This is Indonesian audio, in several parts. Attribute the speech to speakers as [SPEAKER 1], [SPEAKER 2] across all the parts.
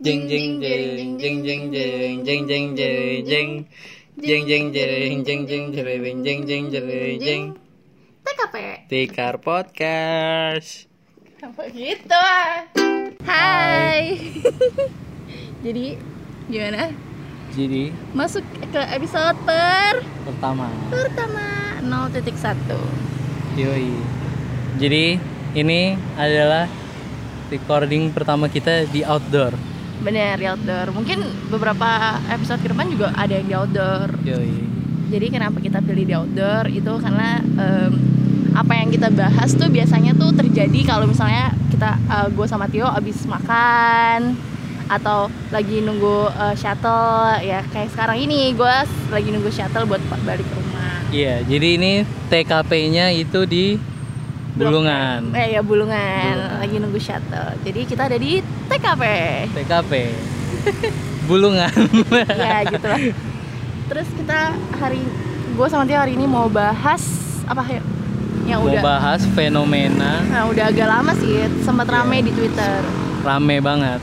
[SPEAKER 1] jeng jeng jeng jeng jeng jeng jeng jeng jeng jeng jeng jeng jeng jeng jeng jeng jeng jeng jeng jeng
[SPEAKER 2] TKP.
[SPEAKER 1] tikar podcast
[SPEAKER 2] Apa gitu? ah? Hai. Jadi gimana?
[SPEAKER 1] jadi
[SPEAKER 2] Masuk ke episode per
[SPEAKER 1] pertama
[SPEAKER 2] pertama 0.1.
[SPEAKER 1] yoi jadi ini adalah recording pertama kita di outdoor
[SPEAKER 2] Bener di outdoor. Mungkin beberapa episode ke depan juga ada yang di outdoor.
[SPEAKER 1] yoi
[SPEAKER 2] Jadi kenapa kita pilih di outdoor itu karena em, apa yang kita bahas tuh biasanya tuh terjadi kalau misalnya kita gue sama Tio abis makan atau lagi nunggu eh, shuttle ya kayak sekarang ini gue lagi nunggu shuttle buat pa- balik ke rumah.
[SPEAKER 1] iya jadi ini TKP-nya itu di Bulungan
[SPEAKER 2] Eh ya bulungan,
[SPEAKER 1] Bulungan.
[SPEAKER 2] lagi nunggu shuttle. Jadi kita ada di TKP.
[SPEAKER 1] TKP Bulungan
[SPEAKER 2] ya gitu lah. Terus kita hari gue sama Tio hari ini mau bahas apa ya? Yang
[SPEAKER 1] mau
[SPEAKER 2] udah
[SPEAKER 1] bahas fenomena
[SPEAKER 2] Nah, udah agak lama sih, sempat
[SPEAKER 1] Iya.
[SPEAKER 2] rame di Twitter.
[SPEAKER 1] rame banget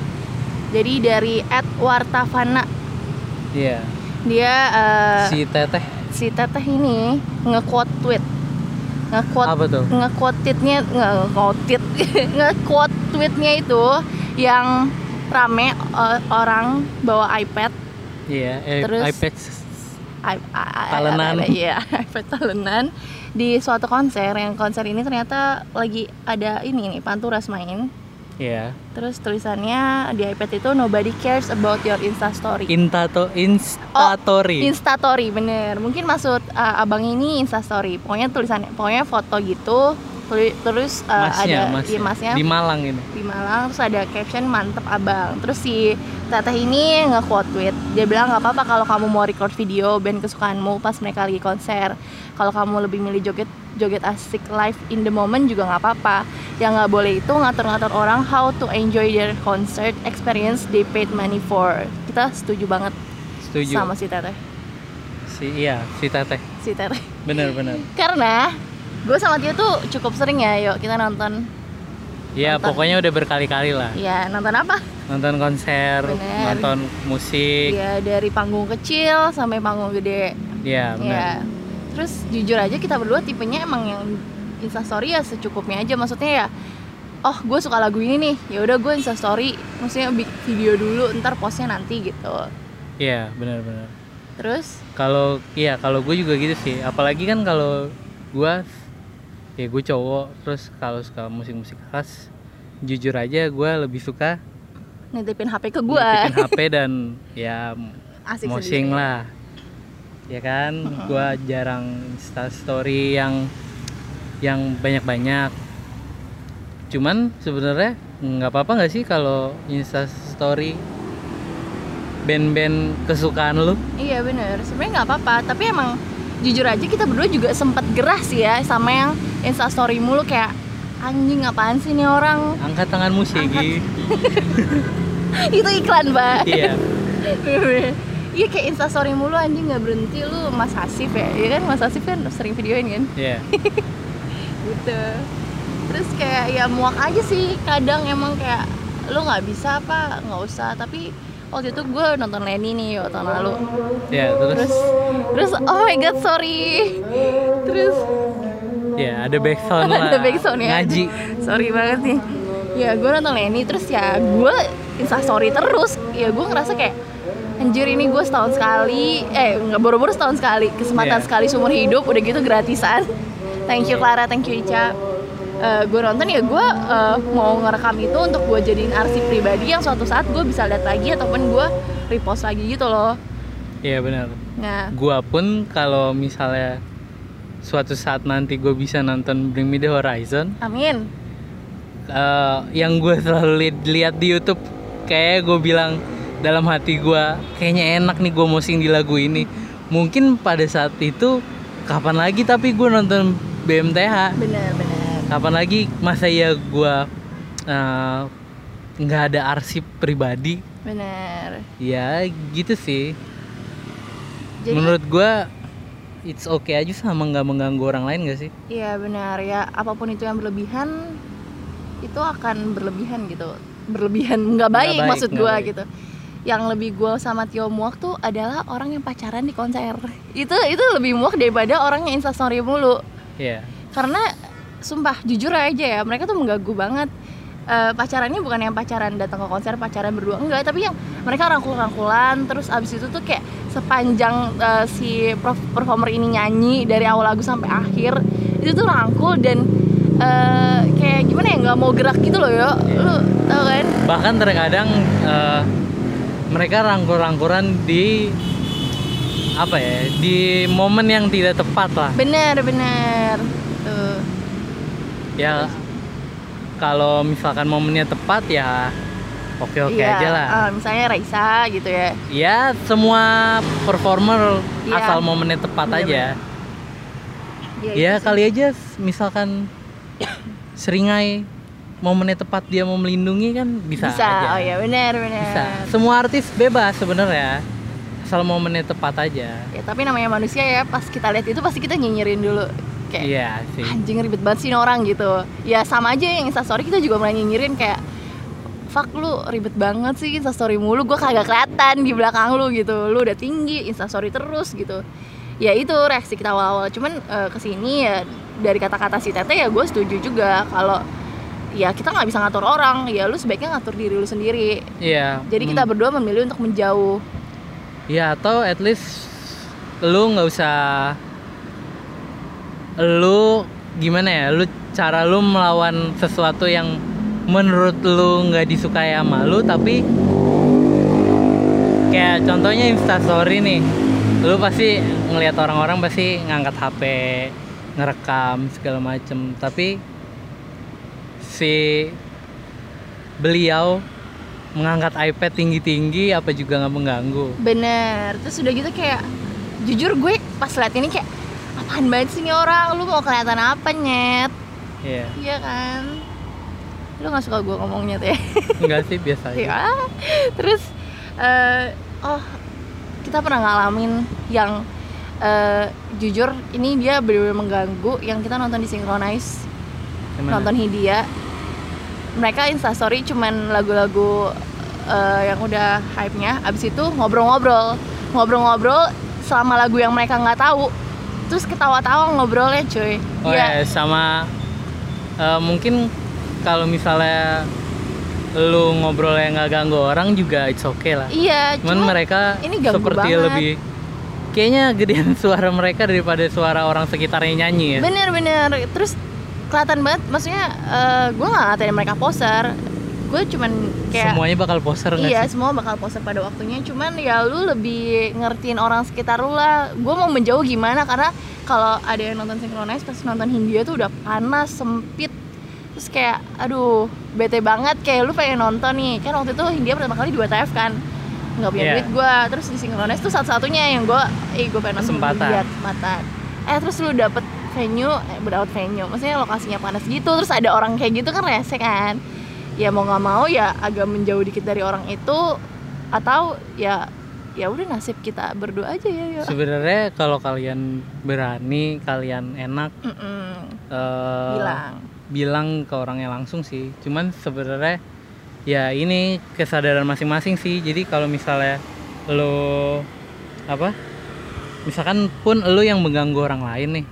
[SPEAKER 2] Jadi dari @wartavana
[SPEAKER 1] iya
[SPEAKER 2] dia eh, si.
[SPEAKER 1] si teteh
[SPEAKER 2] teteh ini nge-quote tweet. Nge-quote
[SPEAKER 1] apa tuh
[SPEAKER 2] nge-quote tweetnya nge-quote nge-quote tweetnya itu yang rame eh, orang bawa iPad
[SPEAKER 1] iya eh,
[SPEAKER 2] Terus-
[SPEAKER 1] iPad
[SPEAKER 2] I- I- I- I-
[SPEAKER 1] Talenan.
[SPEAKER 2] I- I- Iya, iPad talenan di suatu konser yang konser ini ternyata lagi ada ini nih Panturas main.
[SPEAKER 1] iya
[SPEAKER 2] Terus tulisannya di iPad itu nobody cares about your Insta story.
[SPEAKER 1] Intato
[SPEAKER 2] Oh,
[SPEAKER 1] Instatory
[SPEAKER 2] Instastory bener. Mungkin maksud uh, abang ini Instastory. Pokoknya tulisannya, pokoknya foto gitu. tuli- Terus uh,
[SPEAKER 1] masnya,
[SPEAKER 2] ada
[SPEAKER 1] masnya.
[SPEAKER 2] iya, masnya
[SPEAKER 1] di Malang ini
[SPEAKER 2] di Malang. Terus ada caption mantep abang. Terus si teteh ini nge-quote tweet. Dia bilang nggak apa-apa kalau kamu mau record video band kesukaanmu pas mereka lagi konser. Kalau kamu lebih milih joget joget asik live in the moment juga nggak apa-apa. Yang nggak boleh itu ngatur-ngatur orang how to enjoy their concert experience they paid money for. Kita setuju banget
[SPEAKER 1] setuju
[SPEAKER 2] sama si teteh.
[SPEAKER 1] si iya si teteh Iya,
[SPEAKER 2] Si teteh.
[SPEAKER 1] bener bener
[SPEAKER 2] Karena gue sama dia tuh cukup sering ya, yuk kita nonton.
[SPEAKER 1] Iya
[SPEAKER 2] Nonton.
[SPEAKER 1] pokoknya udah berkali-kali lah
[SPEAKER 2] Ya nonton apa?
[SPEAKER 1] nonton konser
[SPEAKER 2] Bener.
[SPEAKER 1] nonton musik
[SPEAKER 2] Ya dari panggung kecil sampai panggung gede.
[SPEAKER 1] iya bener
[SPEAKER 2] Ya. Terus jujur aja kita berdua tipenya emang yang instastory ya secukupnya aja. Maksudnya ya, oh gue suka lagu ini nih. Ya udah gue instastory. Maksudnya bi- video dulu, ntar postnya nanti gitu.
[SPEAKER 1] iya bener bener
[SPEAKER 2] Terus
[SPEAKER 1] kalau iya kalau gue juga gitu sih apalagi kan kalau gue ya gue cowok terus kalau suka musik-musik khas jujur aja gue lebih suka
[SPEAKER 2] nitipin HP ke gue.
[SPEAKER 1] ngetikin HP dan ya
[SPEAKER 2] Asik
[SPEAKER 1] mosing
[SPEAKER 2] sendiri.
[SPEAKER 1] lah ya kan gue jarang insta story yang yang banyak banyak cuman sebenarnya nggak apa-apa nggak sih kalau insta story band-band kesukaan lu
[SPEAKER 2] Iya bener. Sebenarnya nggak apa-apa. Tapi emang jujur aja kita berdua juga sempet gerah sih ya sama yang instastory mulu kayak anjing apaan sih nih orang
[SPEAKER 1] angkat tangan musik
[SPEAKER 2] Angkat. itu iklan mbak
[SPEAKER 1] iya
[SPEAKER 2] Iya kayak instastory mulu anjing nggak berhenti lu Mas Hasif ya, iya kan Mas Hasif kan sering videoin kan
[SPEAKER 1] iya
[SPEAKER 2] gitu. Terus kayak ya muak aja sih kadang emang kayak lu nggak bisa apa nggak usah tapi waktu itu gue nonton Lenny nih waktu tahun lalu
[SPEAKER 1] iya terus
[SPEAKER 2] terus terus oh my god sorry terus
[SPEAKER 1] ya ada backsound lah
[SPEAKER 2] ada backsound ya
[SPEAKER 1] ngaji
[SPEAKER 2] sorry banget nih ya gue nonton Lenny terus ya gue instastory terus ya gue ngerasa kayak anjir ini gue setahun sekali eh nggak buru-buru setahun sekali kesempatan
[SPEAKER 1] Iya.
[SPEAKER 2] sekali seumur hidup udah gitu gratisan thank you Clara thank you Ica Eh, gue nonton ya gue eh, mau ngerekam itu untuk gue jadiin arsip pribadi yang suatu saat gue bisa lihat lagi ataupun gue repost lagi gitu loh
[SPEAKER 1] iya benar
[SPEAKER 2] nah
[SPEAKER 1] gua pun kalau misalnya suatu saat nanti gue bisa nonton Bring Me The Horizon
[SPEAKER 2] amin
[SPEAKER 1] eh, yang gue selalu li- lihat di YouTube kayak gue bilang dalam hati gua kayaknya enak nih gue mosing di lagu ini mungkin pada saat itu kapan lagi tapi gue nonton BMTH
[SPEAKER 2] bener bener
[SPEAKER 1] kapan lagi masa ya gua eh, nggak ada arsip pribadi
[SPEAKER 2] bener
[SPEAKER 1] ya gitu sih
[SPEAKER 2] Jadi-
[SPEAKER 1] menurut gua it's okay aja sama nggak mengganggu orang lain gak sih
[SPEAKER 2] Iya benar ya apapun itu yang berlebihan itu akan berlebihan gitu berlebihan nggak baik,
[SPEAKER 1] baik,
[SPEAKER 2] maksud
[SPEAKER 1] nggak
[SPEAKER 2] gue
[SPEAKER 1] baik.
[SPEAKER 2] gitu yang lebih gue sama Tio muak tuh adalah orang yang pacaran di konser itu itu lebih muak daripada orang yang instastory mulu
[SPEAKER 1] Iya.
[SPEAKER 2] karena sumpah jujur aja ya mereka tuh mengganggu banget Eh, pacarannya bukan yang pacaran datang ke konser pacaran berdua enggak tapi yang mereka rangkul-rangkulan terus abis itu tuh kayak sepanjang eh, si prof- performer ini nyanyi dari awal lagu sampai akhir itu tuh rangkul dan eh, kayak gimana ya nggak mau gerak gitu loh yo lu tau kan
[SPEAKER 1] Bahkan terkadang eh, mereka rangkul-rangkulan di apa ya? Di momen yang tidak tepat lah.
[SPEAKER 2] bener bener tuh
[SPEAKER 1] Ya
[SPEAKER 2] Iya.
[SPEAKER 1] kalau misalkan momennya tepat ya oke-oke
[SPEAKER 2] Iya,
[SPEAKER 1] aja lah.
[SPEAKER 2] eh, misalnya Raisa gitu ya
[SPEAKER 1] Ya semua performer
[SPEAKER 2] Iya.
[SPEAKER 1] asal momennya tepat
[SPEAKER 2] Bener-bener.
[SPEAKER 1] aja.
[SPEAKER 2] Iya,
[SPEAKER 1] Ya
[SPEAKER 2] itu sih.
[SPEAKER 1] kali aja s- misalkan seringai momennya tepat dia mau melindungi kan bisa,
[SPEAKER 2] bisa
[SPEAKER 1] aja.
[SPEAKER 2] oh ya bener bener
[SPEAKER 1] Bisa. Semua artis bebas sebenarnya. Asal momennya tepat aja.
[SPEAKER 2] ya tapi namanya manusia ya pas kita lihat itu pasti kita nyinyirin dulu kayak
[SPEAKER 1] Iya sih.
[SPEAKER 2] anjing ribet banget sih ini orang gitu ya sama aja yang instastory kita juga mulai nyinyirin kayak fuck lu ribet banget sih instastory mulu gue kagak kelihatan di belakang lu gitu lu udah tinggi instastory terus gitu ya itu reaksi kita awal-awal cuman eh, kesini ya dari kata-kata si teteh ya gue setuju juga kalau ya kita nggak bisa ngatur orang ya lu sebaiknya ngatur diri lu sendiri
[SPEAKER 1] Iya.
[SPEAKER 2] jadi kita
[SPEAKER 1] Hmm.
[SPEAKER 2] berdua memilih untuk menjauh
[SPEAKER 1] Ya atau at least lu nggak usah lu gimana ya? Lu cara lu melawan sesuatu yang menurut lu nggak disukai sama lu tapi kayak contohnya instastory nih lu pasti ngelihat orang-orang pasti ngangkat HP ngerekam segala macem tapi si beliau mengangkat iPad tinggi-tinggi apa juga nggak mengganggu
[SPEAKER 2] Bener, terus udah gitu kayak Jujur gue pas liat ini kayak Apaan banget sih ini orang, lu mau kelihatan apa nyet
[SPEAKER 1] Iya,
[SPEAKER 2] Iya kan Lu gak suka gue ngomongnya tuh ya
[SPEAKER 1] enggak sih biasa aja.
[SPEAKER 2] Ya. Terus eh, Oh kita pernah ngalamin yang eh, Jujur ini dia bener-bener mengganggu Yang kita nonton di Synchronize
[SPEAKER 1] Gimana?
[SPEAKER 2] Nonton Hidia Mereka instastory cuman lagu-lagu eh, yang udah hype-nya Abis itu ngobrol-ngobrol Ngobrol-ngobrol selama lagu yang mereka nggak tahu Terus ketawa-tawa ngobrolnya cuy
[SPEAKER 1] Oh ya,
[SPEAKER 2] Iya.
[SPEAKER 1] sama eh, mungkin kalau misalnya lu ngobrol yang nggak ganggu orang juga it's okay lah.
[SPEAKER 2] Iya,
[SPEAKER 1] Cuman mereka
[SPEAKER 2] ini ganggu
[SPEAKER 1] seperti
[SPEAKER 2] banget.
[SPEAKER 1] lebih kayaknya gedean suara mereka daripada suara orang sekitarnya nyanyi ya.
[SPEAKER 2] Bener-bener, terus kelihatan banget, maksudnya gue nggak ngatain mereka poser, gue cuman kayak
[SPEAKER 1] Semuanya bakal poser nggak
[SPEAKER 2] iya
[SPEAKER 1] sih?
[SPEAKER 2] semua bakal poser pada waktunya, cuman ya lu lebih ngertiin orang sekitar lu lah, gue mau menjauh gimana karena kalau ada yang nonton Synchronize pas nonton Hindia tuh udah panas sempit, terus kayak aduh bete banget kayak lu pengen nonton nih, kan waktu itu Hindia pertama kali 2 TF kan nggak punya
[SPEAKER 1] Iya.
[SPEAKER 2] duit gue, terus di Synchronize tuh satu-satunya yang gue, eh gue pengen nonton
[SPEAKER 1] Kesempatan.
[SPEAKER 2] Hindia, kesempatan eh terus lu dapet venue eh, dapet venue maksudnya lokasinya panas gitu terus ada orang kayak gitu kan rese kan ya mau nggak mau ya agak menjauh dikit dari orang itu atau ya ya udah nasib kita berdua aja ya yuk.
[SPEAKER 1] Sebenarnya kalau kalian berani, kalian enak
[SPEAKER 2] Mm-mm,
[SPEAKER 1] eh,
[SPEAKER 2] bilang
[SPEAKER 1] bilang ke orangnya langsung sih cuman sebenarnya ya ini kesadaran masing-masing sih jadi kalau misalnya lo apa misalkan pun lo yang mengganggu orang lain nih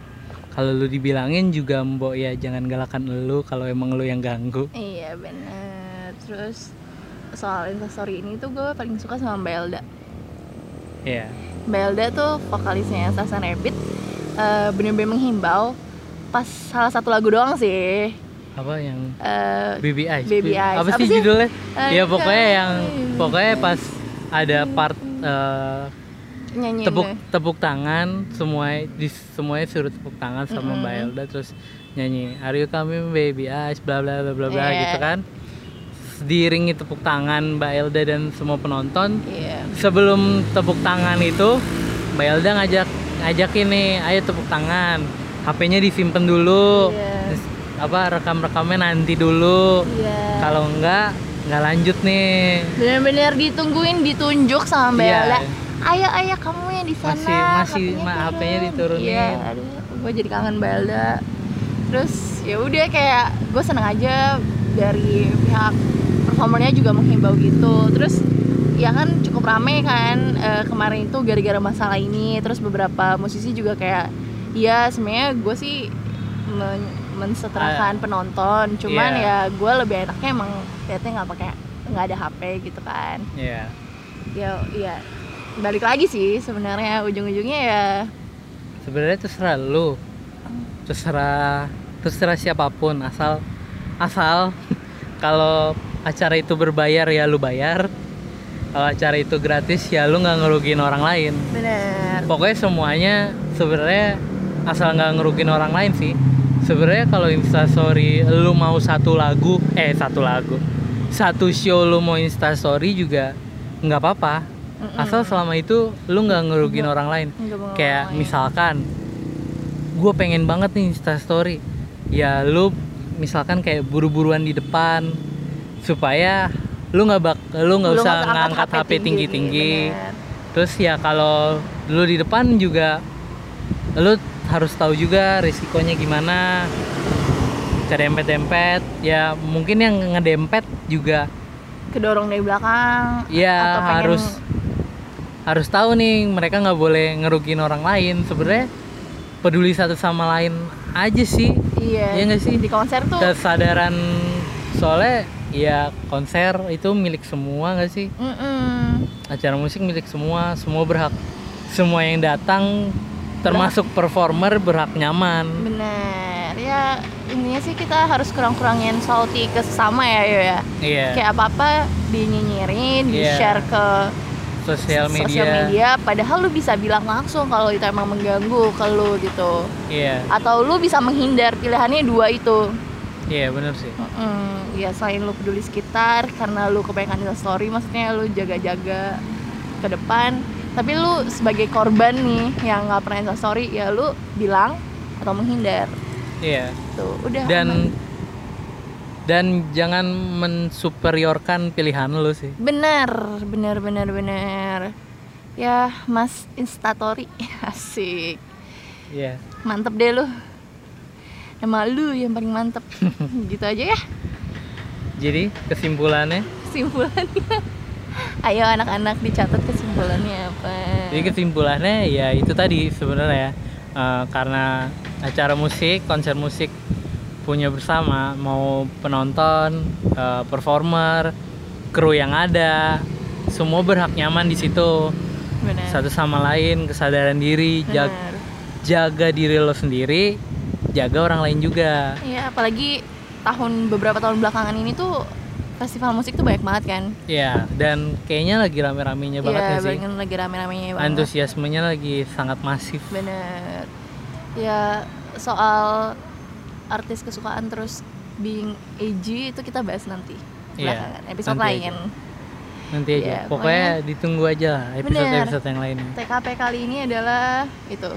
[SPEAKER 1] kalau lo dibilangin juga mbok ya jangan galakan lo kalau emang lo yang ganggu
[SPEAKER 2] iya bener terus soal instastory ini tuh gue paling suka sama Mbak Elda
[SPEAKER 1] ya
[SPEAKER 2] Mbak Elda tuh vokalisnya Sasan Rabbit eh, bener-bener menghimbau pas salah satu lagu doang sih
[SPEAKER 1] apa yang
[SPEAKER 2] eh
[SPEAKER 1] Baby Eyes
[SPEAKER 2] Baby Eyes.
[SPEAKER 1] apa,
[SPEAKER 2] Apa
[SPEAKER 1] sih
[SPEAKER 2] sih?
[SPEAKER 1] judulnya
[SPEAKER 2] Eh,
[SPEAKER 1] ya pokoknya yang
[SPEAKER 2] eh,
[SPEAKER 1] pokoknya pas ada part
[SPEAKER 2] Hmm.
[SPEAKER 1] eh,
[SPEAKER 2] nyanyi
[SPEAKER 1] tepuk tepuk tangan semua di semuanya suruh tepuk tangan sama Mbak
[SPEAKER 2] Mm-mm.
[SPEAKER 1] Elda terus nyanyi Are you coming baby eyes bla bla bla bla bla
[SPEAKER 2] Iya.
[SPEAKER 1] gitu kan diiringi tepuk tangan Mbak Elda dan semua penonton
[SPEAKER 2] iya
[SPEAKER 1] sebelum tepuk tangan itu Mbak Elda ngajak ngajak ini ayo tepuk tangan HP-nya disimpan dulu
[SPEAKER 2] Iya.
[SPEAKER 1] Terus apa rekam-rekamnya nanti dulu
[SPEAKER 2] iya
[SPEAKER 1] kalau enggak nggak lanjut nih
[SPEAKER 2] benar-benar ditungguin ditunjuk sama Mbak
[SPEAKER 1] Iya.
[SPEAKER 2] Ella ayo ayo kamu yang di sana
[SPEAKER 1] Masih- masih,
[SPEAKER 2] HP-nya
[SPEAKER 1] Ma,
[SPEAKER 2] turun."
[SPEAKER 1] HP-nya diturunin.
[SPEAKER 2] iya gue jadi kangen Mbak Elda terus ya udah kayak gue seneng aja dari pihak performernya juga menghimbau gitu terus ya kan cukup rame kan eh, kemarin itu gara-gara masalah ini terus beberapa musisi juga kayak ya sebenarnya gue sih men- menseterakan
[SPEAKER 1] Ah.
[SPEAKER 2] penonton cuman
[SPEAKER 1] Iya.
[SPEAKER 2] ya gue lebih enaknya emang liatnya nggak pakai nggak ada HP gitu kan
[SPEAKER 1] Iya.
[SPEAKER 2] ya iya balik lagi sih sebenarnya ujung-ujungnya ya
[SPEAKER 1] Sebenarnya terserah lu. Terserah terserah siapapun asal asal kalau acara itu berbayar ya lu bayar. Kalau acara itu gratis ya lu nggak ngerugiin orang lain.
[SPEAKER 2] bener
[SPEAKER 1] Pokoknya semuanya sebenarnya asal nggak ngerugiin orang lain sih. Sebenarnya kalau instastory lu mau satu lagu, eh satu lagu, satu show lu mau instastory juga nggak apa-apa.
[SPEAKER 2] Mm-mm.
[SPEAKER 1] Asal selama itu lu nggak ngerugiin orang lain
[SPEAKER 2] Nggak mau
[SPEAKER 1] kayak
[SPEAKER 2] ngomongin.
[SPEAKER 1] misalkan gue pengen banget nih instastory ya lu misalkan kayak buru-buruan di depan supaya lu nggak bak lu nggak
[SPEAKER 2] Lu
[SPEAKER 1] usah ngangkat HP tinggi tinggi
[SPEAKER 2] bener.
[SPEAKER 1] terus ya kalau lu di depan juga lu harus tahu juga risikonya gimana cara dempet dempet ya mungkin yang ngedempet juga
[SPEAKER 2] kedorong dari belakang
[SPEAKER 1] ya
[SPEAKER 2] atau pengen-
[SPEAKER 1] harus harus tahu nih mereka nggak boleh ngerugiin orang lain sebenarnya peduli satu sama lain aja sih
[SPEAKER 2] iya
[SPEAKER 1] Iya nggak sih?
[SPEAKER 2] di konser tuh
[SPEAKER 1] kesadaran soalnya ya konser itu milik semua nggak sih
[SPEAKER 2] Mm-mm.
[SPEAKER 1] acara musik milik semua semua berhak semua yang datang termasuk performer berhak nyaman
[SPEAKER 2] bener ya intinya sih kita harus kurang-kurangin salty ke sesama ya yo ya
[SPEAKER 1] iya
[SPEAKER 2] kayak apa-apa dinyinyirin di
[SPEAKER 1] Iya.
[SPEAKER 2] share ke
[SPEAKER 1] sosial
[SPEAKER 2] sosial
[SPEAKER 1] media
[SPEAKER 2] media padahal lu bisa bilang langsung kalau itu emang mengganggu ke lu gitu
[SPEAKER 1] iya
[SPEAKER 2] atau lu bisa menghindar pilihannya dua itu
[SPEAKER 1] iya bener sih
[SPEAKER 2] Mm-mm. ya selain lu peduli sekitar karena lu kebanyakan di story maksudnya lu jaga-jaga ke depan tapi lu sebagai korban nih yang nggak pernah insta story ya lu bilang atau menghindar
[SPEAKER 1] iya
[SPEAKER 2] tuh udah aman.
[SPEAKER 1] dan dan jangan mensuperiorkan pilihan lu sih
[SPEAKER 2] bener bener bener bener ya mas instastory asik
[SPEAKER 1] iya
[SPEAKER 2] mantep deh lu emang lu yang paling mantep gitu aja ya
[SPEAKER 1] Jadi kesimpulannya,
[SPEAKER 2] kesimpulannya ayo anak-anak dicatat kesimpulannya apa
[SPEAKER 1] jadi kesimpulannya ya itu tadi sebenarnya Eh, karena acara musik, konser musik punya bersama mau penonton, eh, performer, kru yang ada, semua berhak nyaman di situ
[SPEAKER 2] bener
[SPEAKER 1] satu sama lain kesadaran diri, jag-
[SPEAKER 2] Bener.
[SPEAKER 1] jaga diri lo sendiri, jaga orang lain juga.
[SPEAKER 2] Iya, apalagi tahun beberapa tahun belakangan ini tuh festival musik tuh banyak banget kan.
[SPEAKER 1] Ya dan kayaknya lagi rame-ramenya banget
[SPEAKER 2] Iya,
[SPEAKER 1] nggak sih.
[SPEAKER 2] banyak lagi rame-ramenya banget.
[SPEAKER 1] Antusiasmenya lagi sangat masif.
[SPEAKER 2] Bener. Ya soal artis kesukaan terus being edgy itu kita bahas nanti.
[SPEAKER 1] Iya,
[SPEAKER 2] Belakangan episode
[SPEAKER 1] nanti
[SPEAKER 2] lain.
[SPEAKER 1] Nanti aja.
[SPEAKER 2] Ya,
[SPEAKER 1] Iya, pokoknya, ditunggu aja lah episode-episode yang lainnya.
[SPEAKER 2] TKP kali ini adalah itu.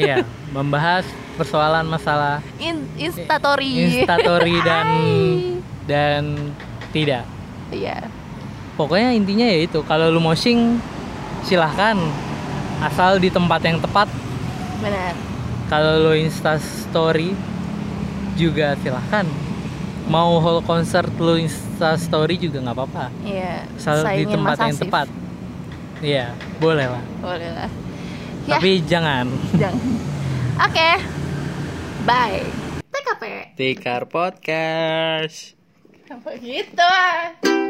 [SPEAKER 1] Iya, membahas persoalan masalah
[SPEAKER 2] In instatory.
[SPEAKER 1] instastory dan
[SPEAKER 2] Iya. Hai.
[SPEAKER 1] dan tidak.
[SPEAKER 2] Iya.
[SPEAKER 1] Pokoknya intinya ya itu, kalau lu mau sing silahkan asal di tempat yang tepat.
[SPEAKER 2] Bener.
[SPEAKER 1] Kalau lu insta story juga silahkan. Mau whole concert lu insta story juga nggak apa-apa.
[SPEAKER 2] Iya.
[SPEAKER 1] Asal di
[SPEAKER 2] saingin
[SPEAKER 1] tempat
[SPEAKER 2] Mas
[SPEAKER 1] yang
[SPEAKER 2] Asif.
[SPEAKER 1] tepat. Iya, boleh lah.
[SPEAKER 2] Boleh lah. Ya.
[SPEAKER 1] Tapi jangan.
[SPEAKER 2] Jangan. Oke. Bye. TKP.
[SPEAKER 1] Tikar Podcast.
[SPEAKER 2] Kenapa gitu? ah?